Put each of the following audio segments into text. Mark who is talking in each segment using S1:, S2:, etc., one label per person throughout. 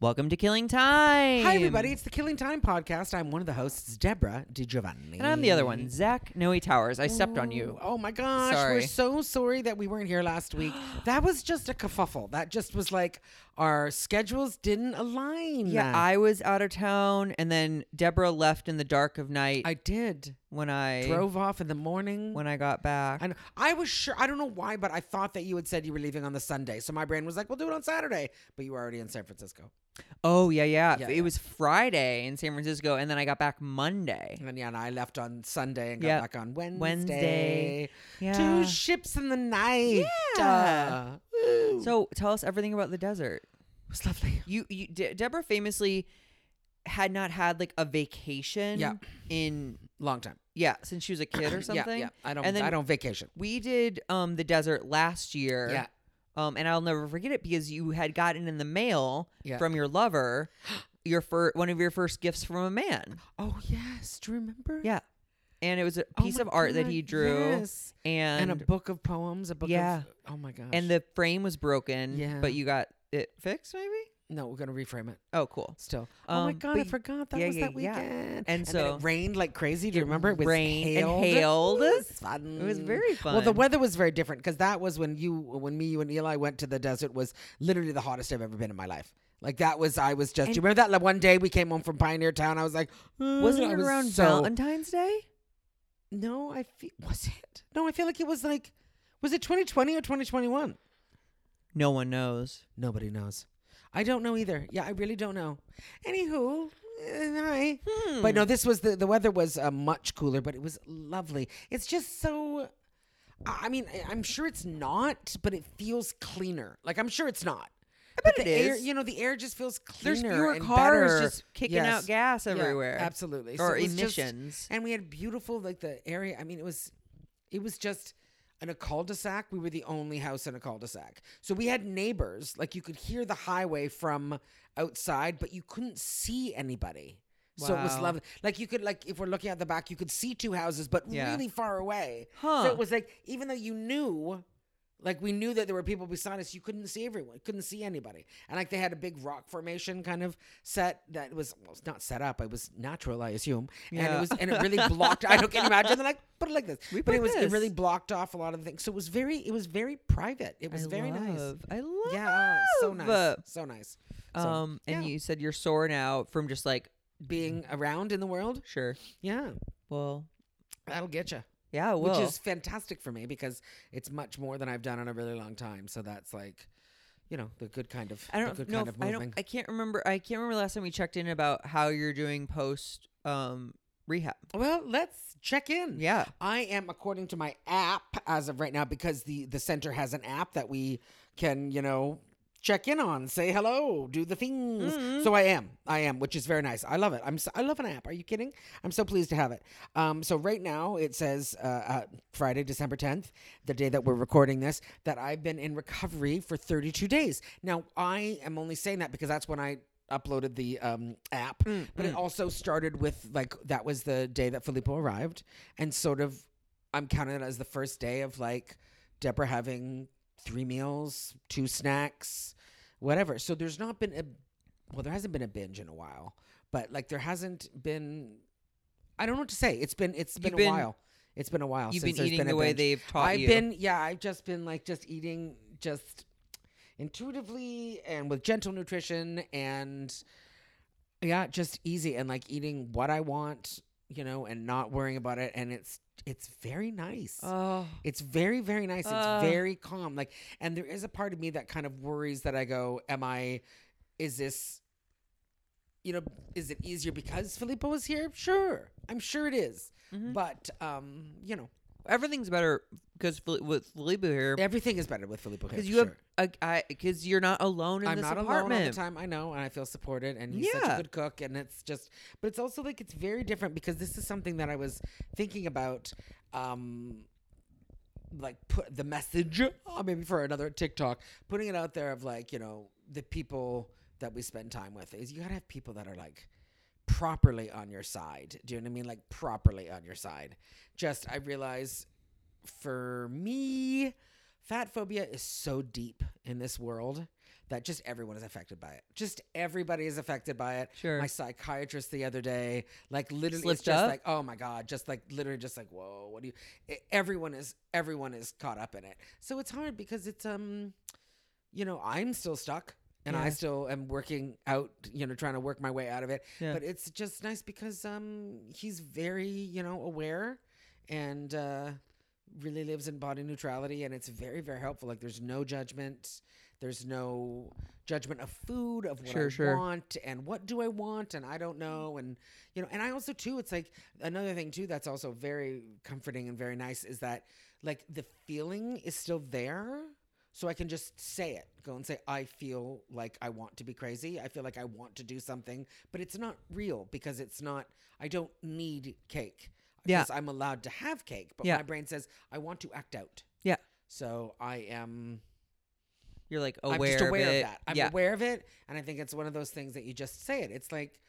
S1: Welcome to Killing Time.
S2: Hi, everybody. It's the Killing Time podcast. I'm one of the hosts, Deborah DiGiovanni.
S1: And I'm the other one, Zach Noe Towers. I stepped on
S2: Ooh,
S1: you.
S2: Oh my gosh. We're
S1: Sorry.
S2: so sorry that we weren't here last week. that was just a kerfuffle. That just was like our schedules didn't align.
S1: Yeah, I was out of town, and then Deborah left in the dark of night
S2: I did.
S1: when I
S2: Drove off in the morning.
S1: when I got back.
S2: and I was sure, I don't know why, but I thought that you had said you were leaving on the Sunday. So my brain was like, we'll do it on Saturday. But you were already in San Francisco.
S1: oh yeah, yeah,
S2: Yeah,
S1: It
S2: yeah.
S1: was Friday in San Francisco, and then I got back Monday.
S2: And then, yeah, and I left on Sunday and got
S1: Yep.
S2: back on Wednesday.
S1: Wednesday. Yeah.
S2: Two ships in the night.
S1: Yeah.
S2: Uh, woo.
S1: so tell us everything about the desert.
S2: it was lovely.
S1: You, you De- Deborah famously had not had like a vacation
S2: Yeah.
S1: in
S2: Long time.
S1: yeah since she was a kid or something.
S2: Yeah, yeah. I don't.
S1: And then
S2: I don't vacation.
S1: we did um the desert last year.
S2: Yeah.
S1: Um, and I'll never forget it because you had gotten in the mail
S2: Yeah.
S1: from your lover your fir- one of your first gifts from a man.
S2: Oh yes, do you remember?
S1: Yeah. And it was a
S2: Oh
S1: piece
S2: my
S1: of art that
S2: God,
S1: he drew
S2: yes.
S1: and
S2: and, a book of poems. A book.
S1: Yeah.
S2: Of, oh my gosh.
S1: and the frame was broken.
S2: Yeah.
S1: But you got it fixed maybe?
S2: no, we're gonna reframe it
S1: Oh cool.
S2: still. oh my
S1: Um,
S2: god, I
S1: but-
S2: forgot that
S1: yeah,
S2: was
S1: yeah,
S2: that
S1: yeah.
S2: weekend.
S1: And
S2: then
S1: so-
S2: it rained like crazy. Do you
S1: It
S2: remember? It was
S1: rained and
S2: hailed.
S1: hailed.
S2: It was fun.
S1: It was very fun.
S2: Well, the weather was very different because that was when you, when me, you, and Eli went to the desert was literally the hottest I've ever been in my life. Like that was, I was just. do you remember that like, one day we came home from Pioneer Town? I was like,
S1: wasn't
S2: "Ugh," Mm, I
S1: it
S2: was
S1: around
S2: so-
S1: Valentine's Day?
S2: No, I feel was it? No, I feel like it was like was it 2020 or 2021?
S1: No one knows.
S2: Nobody knows. I don't know either. Yeah, I really don't know. Anywho, eh, hi.
S1: Hmm.
S2: But no, this was the the weather was uh, much cooler, but it was lovely. It's just so. I I mean, I- I'm sure it's not, but it feels cleaner. Like I'm sure it's not. I
S1: bet
S2: the
S1: it
S2: Air,
S1: is.
S2: you know, the air just feels cleaner.
S1: There's fewer
S2: and
S1: cars
S2: better.
S1: just kicking out gas
S2: Yeah,
S1: everywhere.
S2: absolutely.
S1: Or
S2: it was just-
S1: emissions.
S2: and we had beautiful like the area. I mean, it was it was just in a cul-de-sac. We were the only house in a cul-de-sac. So we had neighbors. Like you could hear the highway from outside, but you couldn't see anybody. So it was
S1: Wow.
S2: lovely. Like you could like if we're looking at the back, you could see two houses, but
S1: Yeah.
S2: really far away.
S1: Huh.
S2: So it was like even though you knew like we knew that there were people beside us, you couldn't see everyone, couldn't see anybody. And like they had a big rock formation kind of set that was well, it's not set up, it was natural, I assume. And it
S1: Yeah.
S2: was and it really blocked I don't can you imagine they're like put it like this.
S1: We
S2: but it
S1: put
S2: was it
S1: this.
S2: really blocked off a lot of the things. So it was very it was very private. It was
S1: I
S2: very nice.
S1: love- I love
S2: Yeah, oh, so nice. So nice. So,
S1: Um and
S2: yeah.
S1: you said you're sore now from just like
S2: being around in the world,
S1: sure.
S2: yeah,
S1: Well,
S2: that'll get you.
S1: yeah, well.
S2: which is fantastic for me because it's much more than I've done in a really long time. So that's like, you know, the good kind of
S1: I
S2: the
S1: don't
S2: good
S1: know.
S2: kind
S1: if-
S2: of
S1: I
S2: moving.
S1: don't. I can't remember. I can't remember last time we checked in about how you're doing post um rehab.
S2: well, let's check in.
S1: Yeah.
S2: I am according to my app as of right now because the the center has an app that we can, you know, check in on, say hello, do the things. So I am. I am, which is very nice. I love it. I'm so, I love an app. Are you kidding? I'm so pleased to have it. Um so right now it says uh, uh Friday, December 10th, the day that we're recording this, that I've been in recovery for 32 days. Now, I am only saying that because that's when I uploaded the um, app,
S1: Mm,
S2: but it also started with like that was the day that Filippo arrived, and sort of I'm counting it as the first day of like Deborah having three meals, two snacks, whatever. So there's not been a well, there hasn't been a binge in a while, but like there hasn't been. I don't know what to say. It's been it's been,
S1: You've been-
S2: a while. It's been a while.
S1: You've
S2: since
S1: been
S2: there's
S1: eating
S2: been a
S1: the way
S2: binge.
S1: they've taught
S2: I've
S1: you.
S2: been yeah, I've just been like just eating just intuitively and with gentle nutrition and yeah, just easy and like eating what I want, you know, and not worrying about it and it's it's very nice.
S1: Oh,
S2: It's very, very nice. It's
S1: Ah.
S2: very calm. Like, and there is a part of me that kind of worries that I go, am I, is this, you know, is it easier because Filippo is here? Sure. I'm sure it is. But, um, you know,
S1: everything's better because with Libu here
S2: everything is better with Filippo here.
S1: because
S2: for
S1: you
S2: sure.
S1: have because you're not alone in
S2: I'm
S1: this
S2: not
S1: apartment.
S2: alone all the time. I know, and I feel supported, and he's such a
S1: Yeah.
S2: good cook, and it's just. But it's also like it's very different because this is something that I was thinking about, um, like put the message, oh, maybe for another TikTok, putting it out there of like you know the people that we spend time with is you gotta have people that are like properly on your side. Do you know what I mean? Like properly on your side. Just I realize for me, fat phobia is so deep in this world that just everyone is affected by it. Just everybody is affected by it.
S1: Sure.
S2: My psychiatrist the other day, like literally,
S1: Slipped
S2: it's just
S1: up?
S2: like, oh my god, just like literally, just like, whoa, what do you? e- everyone is everyone is caught up in it, so it's hard because it's um, you know, I'm still stuck. And I
S1: Yeah.
S2: still am working out, you know, trying to work my way out of it.
S1: Yeah.
S2: But it's just nice because um, he's very, you know, aware and uh, really lives in body neutrality and it's very very helpful like there's no judgment there's no judgment of food of what i
S1: Sure, sure.
S2: want and what do i want and i don't know and you know and i also too it's like another thing too that's also very comforting and very nice is that like the feeling is still there so i can just say it go and say i feel like i want to be crazy i feel like i want to do something but it's not real because it's not i don't need cake
S1: Yeah.
S2: because i'm allowed to have cake but
S1: Yeah.
S2: my brain says i want to act out
S1: Yeah.
S2: so i am
S1: You're like
S2: i'm
S1: aware,
S2: just aware
S1: of,
S2: of,
S1: it.
S2: that i'm
S1: yeah.
S2: aware of it and i think it's one of those things that you just say it it's like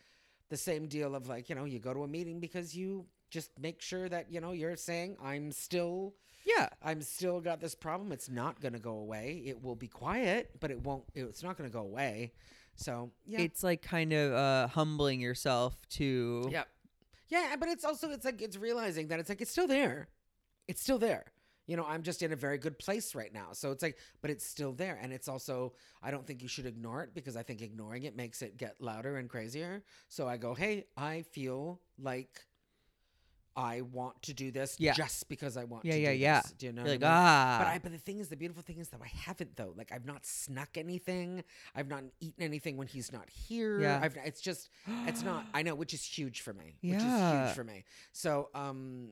S2: the same deal of like you know you go to a meeting because you just make sure that you know you're saying i'm still
S1: Yeah.
S2: i'm still got this problem it's not going to go away it will be quiet but it won't it's not going to go away so yeah
S1: It's like kind of uh, humbling yourself to.
S2: Yeah. Yeah, but it's also it's like it's realizing that it's like it's still there. It's still there. You know, I'm just in a very good place right now. So it's like but it's still there and it's also I don't think you should ignore it because I think ignoring it makes it get louder and crazier. So I go, "Hey, I feel like I want to do this
S1: Yeah.
S2: just because I want
S1: Yeah,
S2: to
S1: yeah,
S2: do
S1: yeah.
S2: this." Do you know?
S1: You're like,
S2: what I mean?
S1: ah.
S2: But I but the thing is the beautiful thing is though I haven't though. Like I've not snuck anything. I've not eaten anything when he's not here.
S1: Yeah.
S2: I've it's just it's not i know which is huge for me which is
S1: Ah. Yeah.
S2: huge for me so um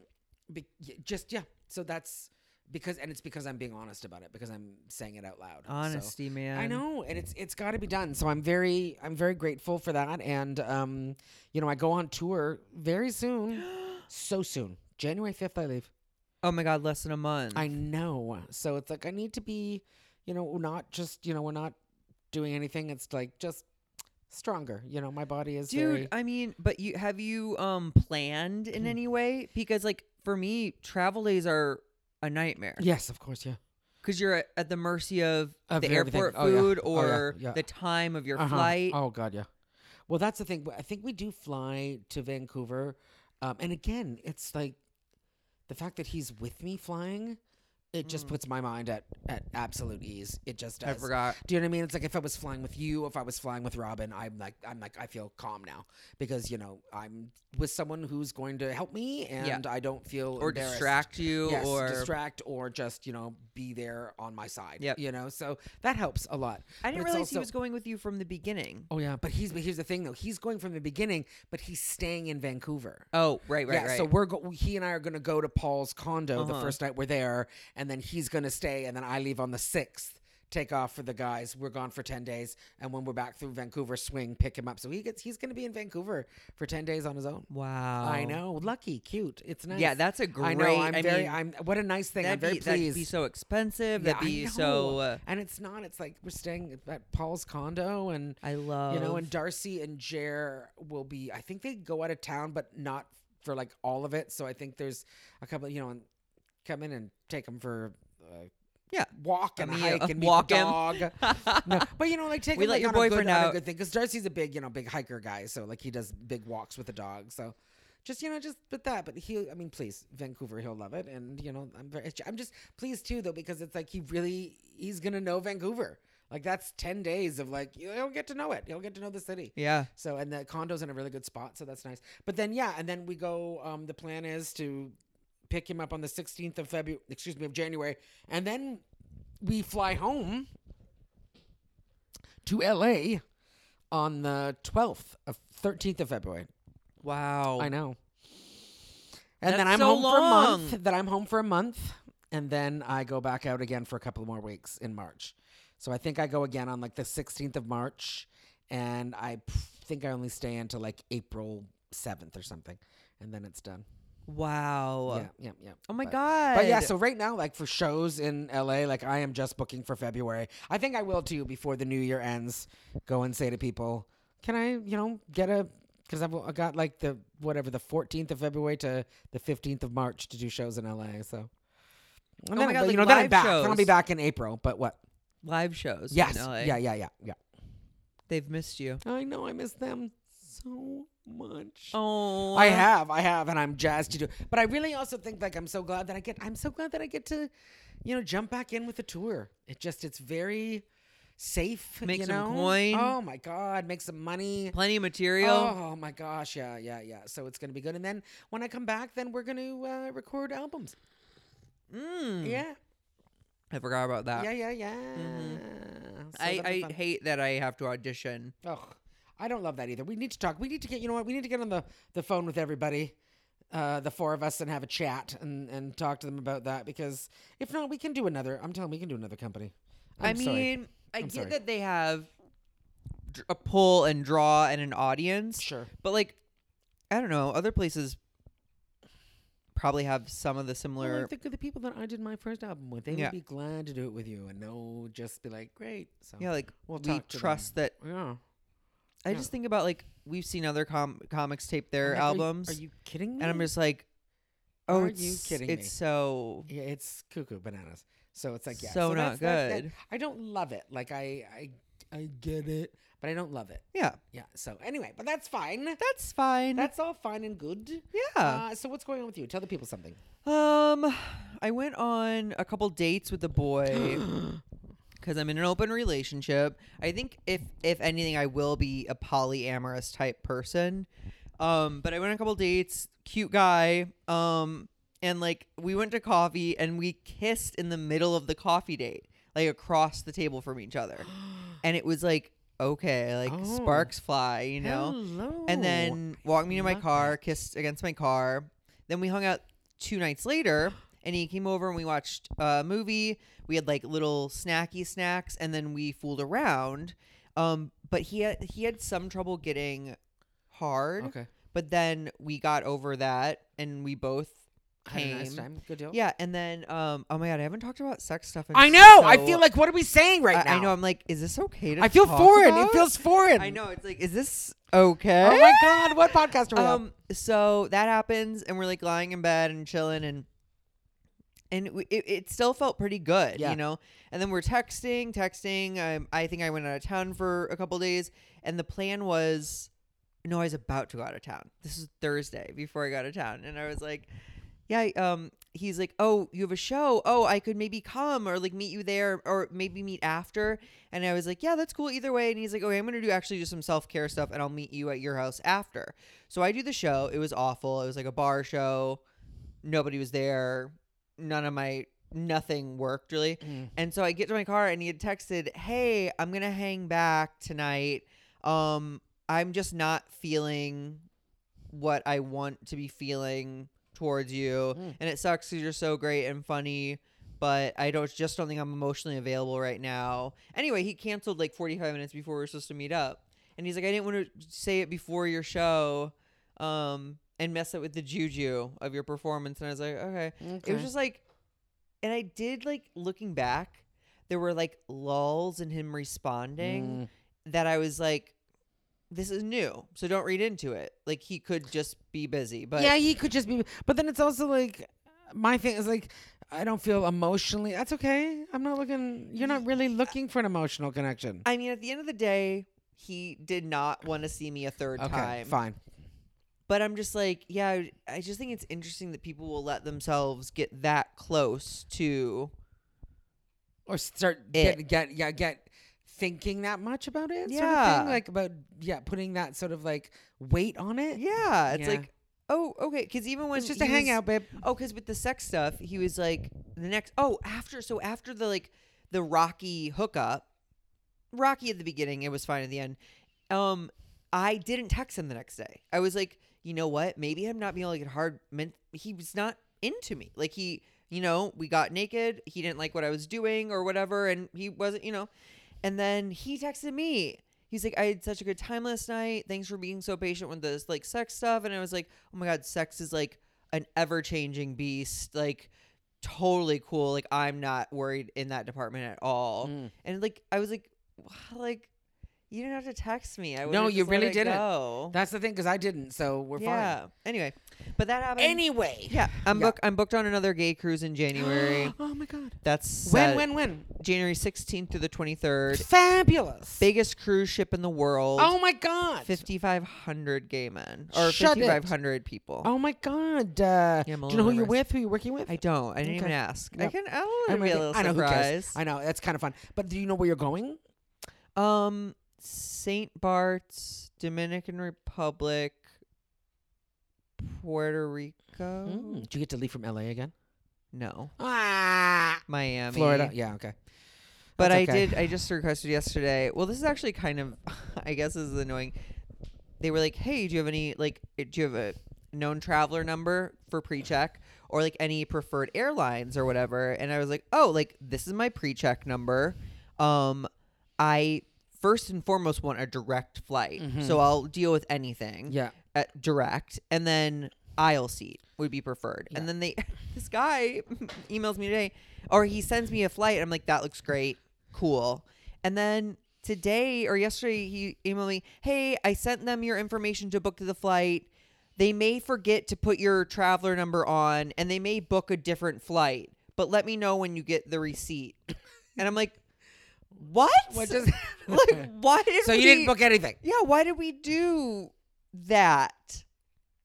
S2: be, y- just yeah so that's because and it's because i'm being honest about it because i'm saying it out loud So,
S1: Honesty, man.
S2: i know and it's it's got to be done so i'm very i'm very grateful for that and um you know i go on tour very soon so soon january 5th i leave
S1: Oh my God, less than a month.
S2: i know so it's like i need to be you know not just you know we're not doing anything it's like just stronger you know my body is
S1: Dude,
S2: very
S1: I mean, but you have you um planned
S2: Hmm.
S1: in any way? Because like for me, travel days are a nightmare
S2: Yes, of course, yeah.
S1: because you're at, at the mercy of,
S2: Of
S1: the
S2: everything.
S1: airport
S2: Oh, yeah.
S1: food
S2: Oh, yeah.
S1: or
S2: Yeah.
S1: the time of your
S2: Uh-huh.
S1: flight.
S2: Oh god, yeah. Well, that's the thing. but I think we do fly to Vancouver, um, and again, it's like the fact that he's with me flying. It just puts my mind at, at absolute ease. It just does.
S1: Mm. I forgot.
S2: Do you know what I mean? It's like if I was flying with you, if I was flying with Robin, I'm like I'm like I feel calm now because you know I'm with someone who's going to help me, and I don't feel
S1: Or
S2: embarrassed.
S1: distract you
S2: yes,
S1: or
S2: distract or just you know be there on my side.
S1: Yep.
S2: You know, so that helps a
S1: I
S2: lot. But
S1: didn't
S2: it's
S1: realize he
S2: also-
S1: was going with you from the beginning.
S2: Oh yeah, but he's but here's the thing though. He's going from the beginning, but he's staying in Vancouver.
S1: Oh, right, right,
S2: yeah,
S1: right.
S2: so we're go- he and I are going to go to Paul's condo the
S1: Uh-huh.
S2: first night we're there, and then he's going to stay, and then I leave on the sixth. Take off for the guys. We're gone for ten days, and when we're back through Vancouver, swing pick him up. So he gets he's going to be in Vancouver for ten days on his own.
S1: wow.
S2: I know, lucky, cute. It's nice.
S1: Yeah, that's a great.
S2: I know. I'm
S1: I
S2: very.
S1: mean,
S2: I'm what a nice thing. I'm
S1: that'd
S2: very
S1: be, that'd
S2: pleased.
S1: be so expensive.
S2: Yeah, I
S1: that'd be so.
S2: know.
S1: Uh,
S2: and it's not. It's like we're staying at Paul's condo, and
S1: I love.
S2: you know, and Darcy and Jer will be. I think they go out of town, but not for like all of it. So I think there's a couple. You know, and come in and take them for. Uh,
S1: Yeah.
S2: walk
S1: A
S2: and a
S1: meal-
S2: hike and
S1: walk
S2: walk the
S1: him.
S2: dog. no, but you know, like take
S1: We
S2: him,
S1: let
S2: like,
S1: your
S2: on a good-
S1: boyfriend
S2: on a
S1: out.
S2: good thing because Darcy's a big, you know, big hiker guy. So like he does big walks with the dog. So just you know, just but that. But he, I mean, please, Vancouver, he'll love it. And you know, I'm very, I'm just pleased too though because it's like he really, he's gonna know Vancouver. Like that's ten days of like he'll get to know it. He'll get to know the city.
S1: yeah.
S2: So and the condo's in a really good spot, so that's nice. But then yeah, and then we go. Um, the plan is to pick him up on the 16th of February, excuse me, of January, and then we fly home to LA on the 12th of 13th of February.
S1: Wow.
S2: I know. And then
S1: That's
S2: I'm
S1: so
S2: home for a
S1: long.
S2: month. Then I'm home for a month, and then I go back out again for a couple more weeks in March. So I think I go again on like the 16th of March, and I p- think I only stay until like April 7th or something, and then it's done.
S1: Wow.
S2: Yeah, yeah, yeah.
S1: Oh my
S2: But-
S1: god.
S2: But yeah, so right now, like for shows in LA, like I am just booking for February. I think I will too before the new year ends. Go and say to people, can I, you know, get a, because I've I got like the, whatever, the 14th of February to the 15th of March to do shows in LA. So, and
S1: my God,
S2: but,
S1: like
S2: you know, then I'm
S1: live
S2: back. Then I'll be
S1: shows.
S2: back in April, but what?
S1: live shows.
S2: Yes.
S1: In LA.
S2: Yeah, yeah, yeah, yeah.
S1: They've missed you.
S2: I know. I miss them so much.
S1: Oh.
S2: I have, I have, and I'm jazzed to do. But I really also think like I'm so glad that I get. I'm so glad that I get to, you know, jump back in with the tour. It just it's very safe.
S1: Make
S2: you
S1: some
S2: know?
S1: coin.
S2: Oh my god, make some money.
S1: plenty of material.
S2: Oh my gosh, yeah, yeah, yeah. So it's gonna be good. And then when I come back, then we're gonna uh, record albums.
S1: Mm.
S2: Yeah,
S1: I forgot about that.
S2: yeah, yeah, yeah. So that'll be
S1: Uh, mm-hmm. I, I
S2: fun.
S1: hate that I have to audition.
S2: Ugh, I don't love that either. We need to talk. We need to get. You know what? We need to get on the the phone with everybody, uh, the four of us, and have a chat and and talk to them about that because if not, we can do another. I'm telling, we can do another company.
S1: i
S2: I'm
S1: mean,
S2: sorry.
S1: I
S2: I'm
S1: get
S2: sorry.
S1: that they have dr- a pull and draw and an audience,
S2: sure.
S1: but like, I don't know. Other places probably have some of the
S2: Well,
S1: similar.
S2: I think of the people that I did my first album with. They
S1: Yeah.
S2: would be glad to do it with you, and they'll just be like, "Great." So
S1: yeah, like
S2: we'll
S1: we
S2: talk to them.
S1: trust that.
S2: yeah.
S1: I just think about like we've seen other com- comics tape their
S2: Like, are you-
S1: albums,
S2: Are you, kidding me?
S1: and I'm just like, oh,
S2: Are
S1: it's,
S2: you kidding
S1: It's
S2: me?
S1: so
S2: yeah, it's cuckoo bananas. So it's like yeah,
S1: So
S2: that's-
S1: not
S2: that- that-
S1: good.
S2: I don't love it. Like I I I get it, but I don't love it.
S1: yeah.
S2: Yeah. So anyway, but that's fine.
S1: That's fine.
S2: That's all fine and good.
S1: yeah.
S2: Uh, so what's going on with you? Tell the people something.
S1: Um, I went on a couple dates with a boy because I'm in an open relationship. I think if if anything, I will be a polyamorous type person. Um, but I went on a couple dates. Cute guy. Um, and like we went to coffee and we kissed in the middle of the coffee date, like across the table from each other, and it was like okay, like
S2: Oh.
S1: sparks fly, you know.
S2: Hello.
S1: And then walked me to my
S2: love
S1: car, kissed against my car. Then we hung out two nights later, and he came over and we watched a movie. We had like little snacky snacks, and then we fooled around. Um, but he had, he had some trouble getting hard.
S2: Okay.
S1: But then we got over that, and we both
S2: Had a nice
S1: came.
S2: time. Good deal.
S1: yeah. And then um, oh my god, I haven't talked about sex stuff. in
S2: I know. I
S1: so-
S2: feel like what are we saying right
S1: I,
S2: now?
S1: I know. I'm like, is this okay to?
S2: I feel
S1: talk
S2: foreign. It
S1: about?
S2: feels foreign.
S1: I know. It's like, is this okay?
S2: Oh my god, what podcast are we on?
S1: Um, so that happens, and we're like lying in bed and chilling, and and we- it, it still felt pretty good,
S2: Yeah.
S1: you know. And then we're texting, texting. Um, I think I went out of town for a couple days, and the plan was, no, I was about to go out of town. This is Thursday before I got out of town, and I was like, yeah. Um, he's like, oh, you have a show. Oh, I could maybe come or like meet you there or maybe meet after. And I was like, yeah, that's cool either way. And he's like, okay, I'm gonna do actually just some self care stuff, and I'll meet you at your house after. So I do the show. It was awful. It was like a bar show. Nobody was there. None of my nothing worked really.
S2: Mm.
S1: And so I get to my car and he had texted, "Hey, I'm going to hang back tonight. Um I'm just not feeling what I want to be feeling towards you.
S2: Mm.
S1: And it sucks cuz you're so great and funny, but I don't just don't think I'm emotionally available right now." Anyway, he canceled like 45 minutes before we were supposed to meet up. And he's like, "I didn't want to say it before your show." Um and mess up with the juju of your performance. And I was like, okay. It was
S2: Okay.
S1: just like, and I did like looking back, there were like lulls in him responding
S2: Mm.
S1: that I was like, this is new, so don't read into it. Like he could just be busy, but
S2: yeah, he could just be. But then it's also like my thing is like I don't feel emotionally. That's okay. I'm not looking. You're not really looking for an emotional connection.
S1: I mean, at the end of the day, he did not want to see me a third
S2: Okay,
S1: time.
S2: fine.
S1: But I'm just like, yeah, I- I just think it's interesting that people will let themselves get that close to.
S2: or start
S1: It.
S2: get get yeah get thinking that much about it sort of
S1: Yeah.
S2: thing like about yeah putting that sort of like weight on it
S1: Yeah, it's
S2: Yeah.
S1: like, oh, okay, because even when
S2: it's just
S1: he
S2: a
S1: was-
S2: hangout babe
S1: Oh, because with the sex stuff, he was like the next. Oh, after so after the like the Rocky hookup, Rocky at the beginning, it was fine at the end. Um, I didn't text him the next day. I was like, you know what? Maybe him not being able to get hard meant he was not into me. Like he, you know, we got naked. He didn't like what I was doing or whatever, and he wasn't, you know. And then he texted me. He's like, I had such a good time last night. Thanks for being so patient with this like sex stuff. And I was like, oh my god, sex is like an ever changing beast. Like totally cool. Like I'm not worried in that department at all.
S2: Mm.
S1: And like I was like, like You didn't have to text me. I
S2: No,
S1: would've
S2: you
S1: just let
S2: really
S1: it
S2: didn't.
S1: go.
S2: That's the thing because I didn't, so we're
S1: yeah. Anyway, but that happened.
S2: fine. Anyway.
S1: yeah, I'm
S2: Yeah.
S1: booked. I'm booked on another gay cruise in January.
S2: oh my god.
S1: That's
S2: When?
S1: uh,
S2: When? When?
S1: January 16th through the 23rd.
S2: Fabulous.
S1: Biggest cruise ship in the world.
S2: Oh my god.
S1: 5,500 gay men or
S2: Shut it.
S1: 5,500 people.
S2: Oh my god. Uh,
S1: Yeah, I'm a
S2: do you know who
S1: little
S2: you're
S1: nervous.
S2: with? Who you're working with?
S1: I don't. I didn't even
S2: Okay.
S1: ask. I
S2: Yep.
S1: can. I
S2: I'm
S1: want to be
S2: with
S1: a
S2: you.
S1: little
S2: I know who cares.
S1: surprised.
S2: I know that's kind of fun. But do you know where you're going?
S1: Um, Saint Bart's, Dominican Republic, Puerto Rico.
S2: Mm, Did you get to leave from LA again?
S1: No,
S2: Ah,
S1: Miami,
S2: Florida. Yeah. Okay.
S1: But I
S2: That's okay.
S1: did. I just requested yesterday. Well, this is actually kind of, I guess, this is annoying. They were like, "Hey, do you have any like, eh, do you have a known traveler number for pre-check or like any preferred airlines or whatever?" And I was like, "Oh, like this is my pre-check number. Um, I first and foremost want a direct flight,
S2: Mm-hmm.
S1: so I'll deal with anything.
S2: Yeah.
S1: at uh, direct, and then aisle seat would be preferred. And then they, this guy emails me today, or he sends me a flight. And I'm like, that looks great, cool. And then today or yesterday, he emailed me, hey, I sent them your information to book the flight. They may forget to put your traveler number on, and they may book a different flight. But let me know when you get the receipt. And I'm like, what?
S2: What just?
S1: like why did
S2: so you
S1: we-
S2: didn't book anything?
S1: yeah, why did we do that?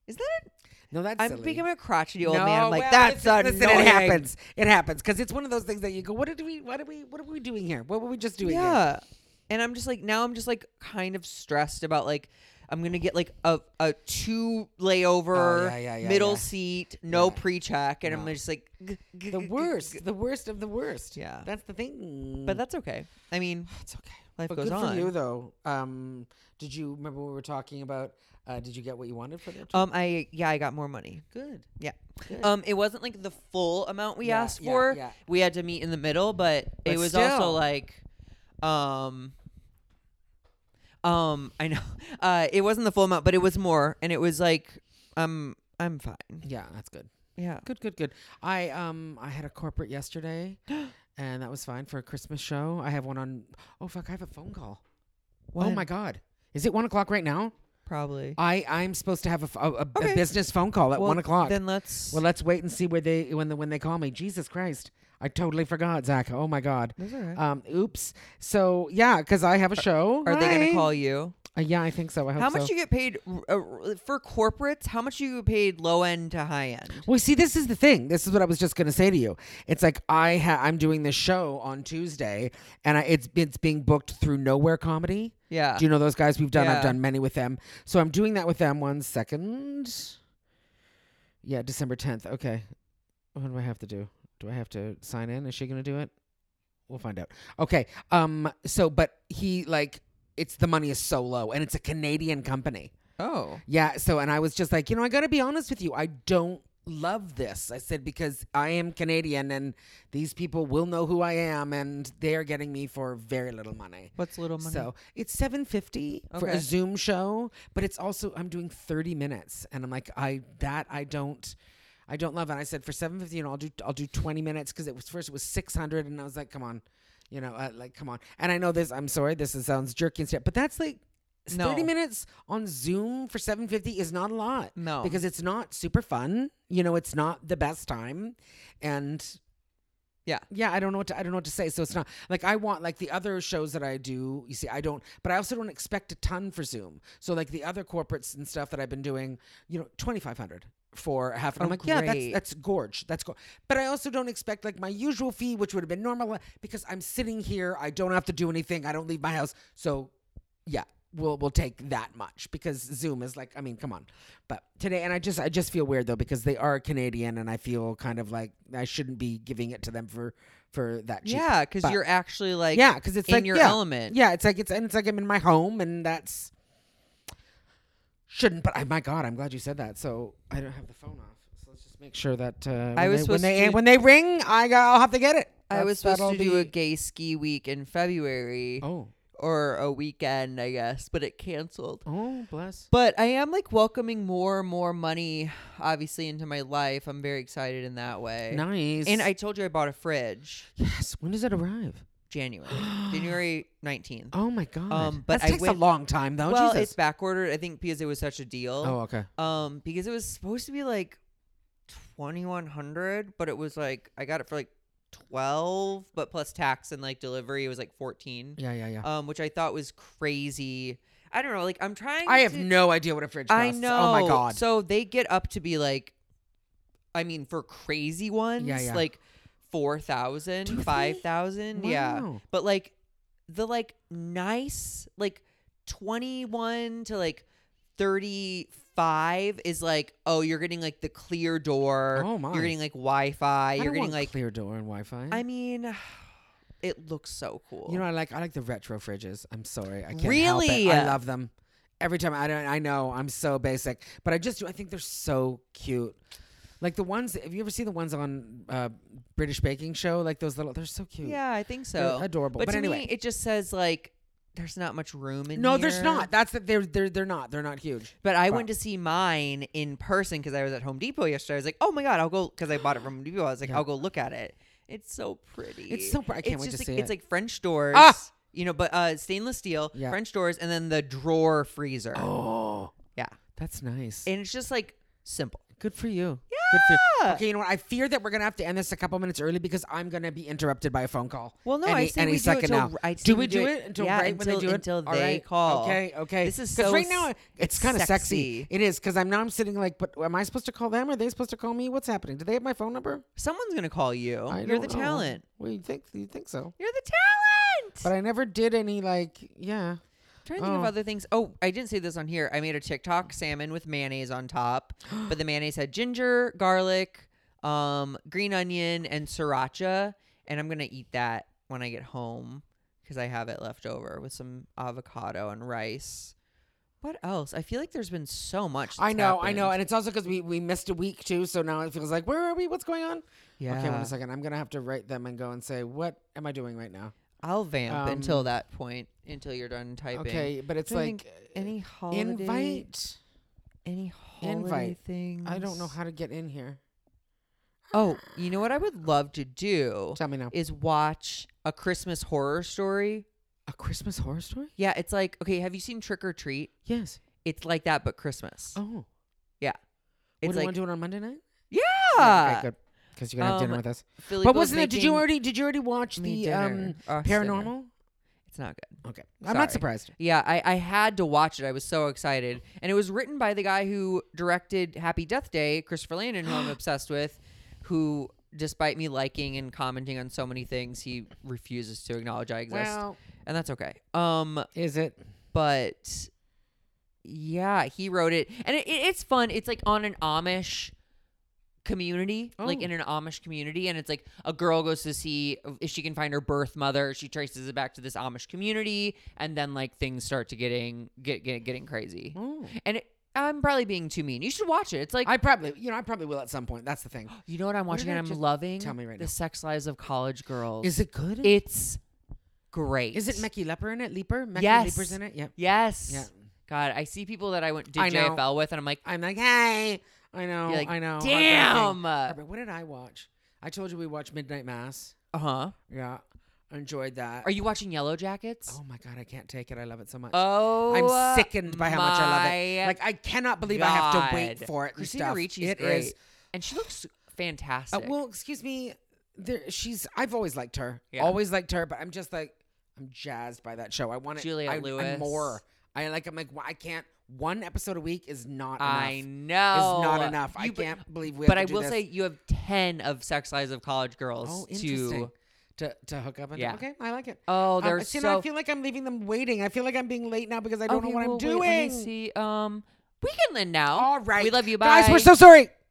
S1: Is that it?
S2: No, that's.
S1: I'm
S2: silly.
S1: becoming a crotchety old man. I'm like
S2: well,
S1: that's
S2: listen,
S1: annoying.
S2: listen, it happens. It happens because it's one of those things that you go, "What did we? What did we? What are we doing here? What were we just doing?" here?
S1: Yeah, and I'm just like now I'm just like kind of stressed about like I'm gonna get like a a two layover
S2: Oh, yeah, yeah, yeah,
S1: middle
S2: yeah.
S1: seat, no
S2: Yeah.
S1: pre check, and
S2: No. Mm.
S1: I'm just like g- g-
S2: The
S1: g- g-
S2: worst, the worst of the worst.
S1: Yeah.
S2: that's the thing.
S1: But that's okay. I mean,
S2: that's okay.
S1: life
S2: but
S1: goes
S2: good
S1: on.
S2: for you though. Um, did you remember what we were talking about? Uh, did you get what you wanted for the?
S1: Um, I yeah, I got more money.
S2: good.
S1: Yeah.
S2: Good.
S1: Um, it wasn't like the full amount we
S2: Yeah,
S1: asked
S2: yeah,
S1: for.
S2: yeah.
S1: We had to meet in the middle, but,
S2: But
S1: it was
S2: still.
S1: also like, um, um, I know, uh, it wasn't the full amount, but it was more, and it was like, um, I'm fine.
S2: Yeah, that's good.
S1: Yeah.
S2: Good, good, good. I um I had a corporate yesterday, and that was fine for a Christmas show. I have one on. Oh fuck! I have a phone call. Oh
S1: When?
S2: my god! Is it one o'clock right now?
S1: Probably.
S2: I I'm supposed to have a f- a, a- a
S1: Okay.
S2: business phone call at
S1: Well,
S2: one o'clock.
S1: Then let's.
S2: well, let's wait and see where they when the, when they call me. Jesus Christ! I totally forgot, Zach. Oh my god.
S1: That's all right.
S2: Um, oops. So yeah, because I have a show.
S1: Are they going
S2: Hi.
S1: to call you?
S2: Uh, yeah, I think so. I hope
S1: How much
S2: so.
S1: you get paid uh, uh, for corporates? How much you get paid low end to high end?
S2: Well, see, this is the thing. This is what I was just going to say to you. It's like I ha- I'm doing this show on Tuesday, and I, it's it's being booked through Nowhere Comedy.
S1: Yeah.
S2: Do you know those guys? We've done. I've
S1: Yeah.
S2: done many with them. So I'm doing that with them. One second. Yeah, December 10th. Okay. What do I have to do? Do I have to sign in? Is she going to do it? We'll find out. Okay. Um. So, but he like. It's the money is so low, and it's a Canadian company.
S1: oh.
S2: Yeah. So, and I was just like, you know, I got to be honest with you. I don't love this. I said, because I am Canadian and these people will know who I am and they are getting me for very little money.
S1: What's little money?
S2: So it's 750 for a
S1: Okay.
S2: Zoom show, but it's also, I'm doing 30 minutes and I'm like, I, that I don't. I don't love it. And I said for seven fifty, you know, I'll do I'll do twenty minutes because it was first it was six hundred, and I was like, come on, you know, uh, like come on. And I know this. I'm sorry, this is, sounds jerky and stuff, but that's like s- thirty
S1: No.
S2: minutes on Zoom for seven fifty is not a lot.
S1: No.
S2: because it's not super fun. You know, it's not the best time, and
S1: Yeah.
S2: yeah, I don't know what to, I don't know what to say. So it's not like I want like the other shows that I do. You see, I don't, but I also don't expect a ton for Zoom. So like the other corporates and stuff that I've been doing, you know, twenty five hundred for half. And
S1: Oh,
S2: I'm like, yeah, that's
S1: great.
S2: that's gorge, that's gorge. But I also don't expect like my usual fee, which would have been normal, because I'm sitting here. I don't have to do anything. I don't leave my house. So yeah we'll we'll take that much because zoom is like i mean come on but today and i just i just feel weird though because they are canadian and i feel kind of like i shouldn't be giving it to them for for that cheap.
S1: Yeah, because
S2: But-
S1: you're actually like
S2: yeah because it's
S1: in
S2: like
S1: your
S2: yeah,
S1: element.
S2: yeah it's like it's and it's like i'm in my home and that's shouldn't but I, my god i'm glad you said that so i don't have the phone off so let's just make sure that uh, when
S1: I was
S2: they, when
S1: supposed
S2: they
S1: to-
S2: when they ring i got i'll have to get it
S1: I was
S2: That's-
S1: supposed to
S2: that'll
S1: do a
S2: be-
S1: gay ski week in February
S2: oh
S1: or a weekend, I guess, but it canceled.
S2: oh bless
S1: But I am like welcoming more and more money, obviously, into my life. I'm very excited in that way.
S2: nice
S1: And I told you I bought a fridge.
S2: yes when does it arrive
S1: January, January nineteenth.
S2: Oh my god.
S1: Um, but
S2: that
S1: I
S2: takes a
S1: went-
S2: long time though.
S1: well,
S2: Jesus.
S1: it's backordered. I think because it was such a
S2: oh
S1: deal.
S2: okay.
S1: Um, because it was supposed to be like twenty one hundred, but it was like I got it for like twelve, but plus tax and like delivery, it was like fourteen.
S2: Yeah yeah yeah.
S1: Um, which I thought was crazy. I don't know. Like I'm trying.
S2: I have
S1: to-
S2: no idea what a fridge
S1: I
S2: costs.
S1: know.
S2: Oh my god.
S1: So they get up to be like, I mean, for crazy ones,
S2: yeah.
S1: like four thousand,
S2: Do
S1: five
S2: they?
S1: thousand, yeah.
S2: Wow.
S1: But like the like nice like twenty one to like thirty five is like oh you're getting like the clear door.
S2: Oh, my.
S1: You're getting like Wi Fi.
S2: I
S1: You're
S2: don't
S1: getting
S2: want
S1: like
S2: clear door and Wi-Fi.
S1: I mean, it looks so cool.
S2: You know, I like I like the retro fridges. I'm sorry, I can't help it.
S1: Really?
S2: I love them. Every time I don't, I know I'm so basic, but I just do. I think they're so cute. Like the ones. Have you ever seen the ones on uh, British Baking Show? Like those little. They're so cute.
S1: yeah, I think
S2: They're
S1: so.
S2: adorable.
S1: But,
S2: But,
S1: to
S2: anyway,
S1: me, it just says like there's not much room in.
S2: no, there's
S1: here.
S2: not. That's the, they're they're they're not. They're not huge.
S1: But I
S2: Wow.
S1: went to see mine in person because I was at Home Depot yesterday. I was like, oh my god, I'll go because I bought it from Home Depot. I was like,
S2: Yeah.
S1: I'll go look at it. It's so pretty.
S2: It's so pr- I can't
S1: it's
S2: wait to
S1: just
S2: see
S1: like, It's
S2: it.
S1: like French doors,
S2: Ah!
S1: you know, but uh, stainless steel,
S2: Yeah.
S1: French doors, and then the drawer freezer,
S2: Oh,
S1: Yeah.
S2: That's nice.
S1: and it's just like simple.
S2: Good for you. Yeah. Good for you.
S1: Yeah.
S2: Okay, you know what? I fear that we're gonna have to end this a couple minutes early because I'm gonna be interrupted by a phone call.
S1: Well, no, I
S2: any,
S1: say
S2: any
S1: we do it
S2: second
S1: till
S2: now.
S1: r- I say
S2: do
S1: we
S2: we
S1: do
S2: do
S1: it-
S2: it until
S1: yeah,
S2: right when
S1: until-
S2: they do it?
S1: until
S2: All
S1: they
S2: right.
S1: call.
S2: Okay, okay.
S1: This is
S2: 'Cause
S1: so
S2: right now
S1: s-
S2: it's kind of sexy.
S1: sexy.
S2: It is because I'm now I'm sitting like, but am I supposed to call them? Are they supposed to call me? What's happening? Do they have my phone number?
S1: Someone's gonna call you.
S2: I
S1: Oh, You're the
S2: don't know.
S1: talent.
S2: Well, you think you think so?
S1: You're the talent.
S2: But I never did any like, yeah.
S1: trying to think of
S2: Oh.
S1: other things. Oh, I didn't say this on here. I made a TikTok salmon with mayonnaise on top, but the mayonnaise had ginger, garlic, um, green onion, and sriracha. And I'm gonna eat that when I get home because I have it left over with some avocado and rice. What else? I feel like there's been so much.
S2: I
S1: that's
S2: know, I know,
S1: happened.
S2: and it's also because we we missed a week too, so now it feels like where are we? What's going on?
S1: Yeah,
S2: Okay, wait a second. I'm gonna have to write them and go and say, what am I doing right now?
S1: I'll vamp
S2: Um,
S1: until that point, until you're done typing.
S2: Okay, but it's
S1: I think
S2: like uh,
S1: any holiday
S2: invite.
S1: any holiday
S2: invite.
S1: things.
S2: I don't know how to get in here.
S1: Oh, you know what I would love to do
S2: Tell me now.
S1: is watch a Christmas horror story.
S2: A Christmas horror story?
S1: Yeah, it's like okay, have you seen Trick or Treat?
S2: Yes.
S1: It's like that but Christmas.
S2: Oh.
S1: Yeah,
S2: What
S1: it's
S2: do you
S1: like
S2: want to do it on Monday night?
S1: yeah.
S2: okay, good. Because you're gonna have dinner
S1: um,
S2: with us.
S1: Philly
S2: But
S1: Goes
S2: wasn't it? Did you
S1: Making
S2: already? Did you already watch
S1: Me
S2: the um,
S1: Dinner. Us Dinner.
S2: paranormal?
S1: It's not good.
S2: Okay, I'm not
S1: Sorry.
S2: surprised.
S1: Yeah, I, I had to watch it. I was so excited. And it was written by the guy who directed Happy Death Day, Christopher Landon, who I'm obsessed with, who, despite me liking and commenting on so many things, he refuses to acknowledge I exist.
S2: Well,
S1: and that's okay. Um,
S2: is it?
S1: but yeah, he wrote it. And it, it, it's fun. It's like on an Amish community, like
S2: Oh.
S1: in an Amish community. And it's like a girl goes to see if she can find her birth mother. She traces it back to this Amish community. And then like things start to getting, get, get getting crazy.
S2: Oh.
S1: And it, I'm probably being too mean. You should watch it. It's like, Oh.
S2: I probably, you know, I probably will at some point. That's the thing.
S1: you know what I'm watching
S2: not
S1: and I'm
S2: just-
S1: loving?
S2: tell me right
S1: The
S2: now.
S1: sex lives of college girls.
S2: Is it good?
S1: It's great.
S2: Is it Mecky Leper in it? Leaper? Mecky
S1: Yes.
S2: Leaper's in it? Yep.
S1: Yes.
S2: Yeah.
S1: God, I see people that I went did
S2: I know.
S1: JFL with, and I'm like,
S2: I'm like, hey, I know,
S1: You're like,
S2: I know. heartbreaking.
S1: damn. Uh
S2: Heartbreak- What did I watch? I told you we watched Midnight Mass.
S1: huh.
S2: Yeah, I enjoyed that.
S1: Are you watching Yellow Jackets?
S2: oh my god, I can't take it. I love it so much.
S1: Oh,
S2: I'm sickened by how much I love it.
S1: my
S2: Like I cannot believe I have to wait
S1: God.
S2: for it.
S1: Christina
S2: and stuff.
S1: Ricci's
S2: It
S1: great,
S2: is-
S1: and she looks
S2: uh,
S1: fantastic.
S2: well, excuse me. There, she's. I've always liked her.
S1: Yeah.
S2: Always liked her. But I'm just like, I'm jazzed by that show. I want it.
S1: Julia
S2: I, I'm
S1: Louis.
S2: more. I like. I'm like. why- I can't. One episode a week is not. Enough.
S1: I know
S2: is not enough. I
S1: You- but-
S2: can't believe we.
S1: But I
S2: have to do
S1: will
S2: this.
S1: say you have ten of Sex Lives of College Girls
S2: oh,
S1: to.
S2: interesting. To to hook up and
S1: Yeah.
S2: okay, I like it.
S1: Oh,
S2: Um,
S1: they're
S2: see,
S1: so.
S2: now I feel like I'm leaving them waiting. I feel like I'm being late now because I don't know what I'm doing.
S1: see, um, we can end now.
S2: All right,
S1: we love you. Bye,
S2: guys. We're so sorry.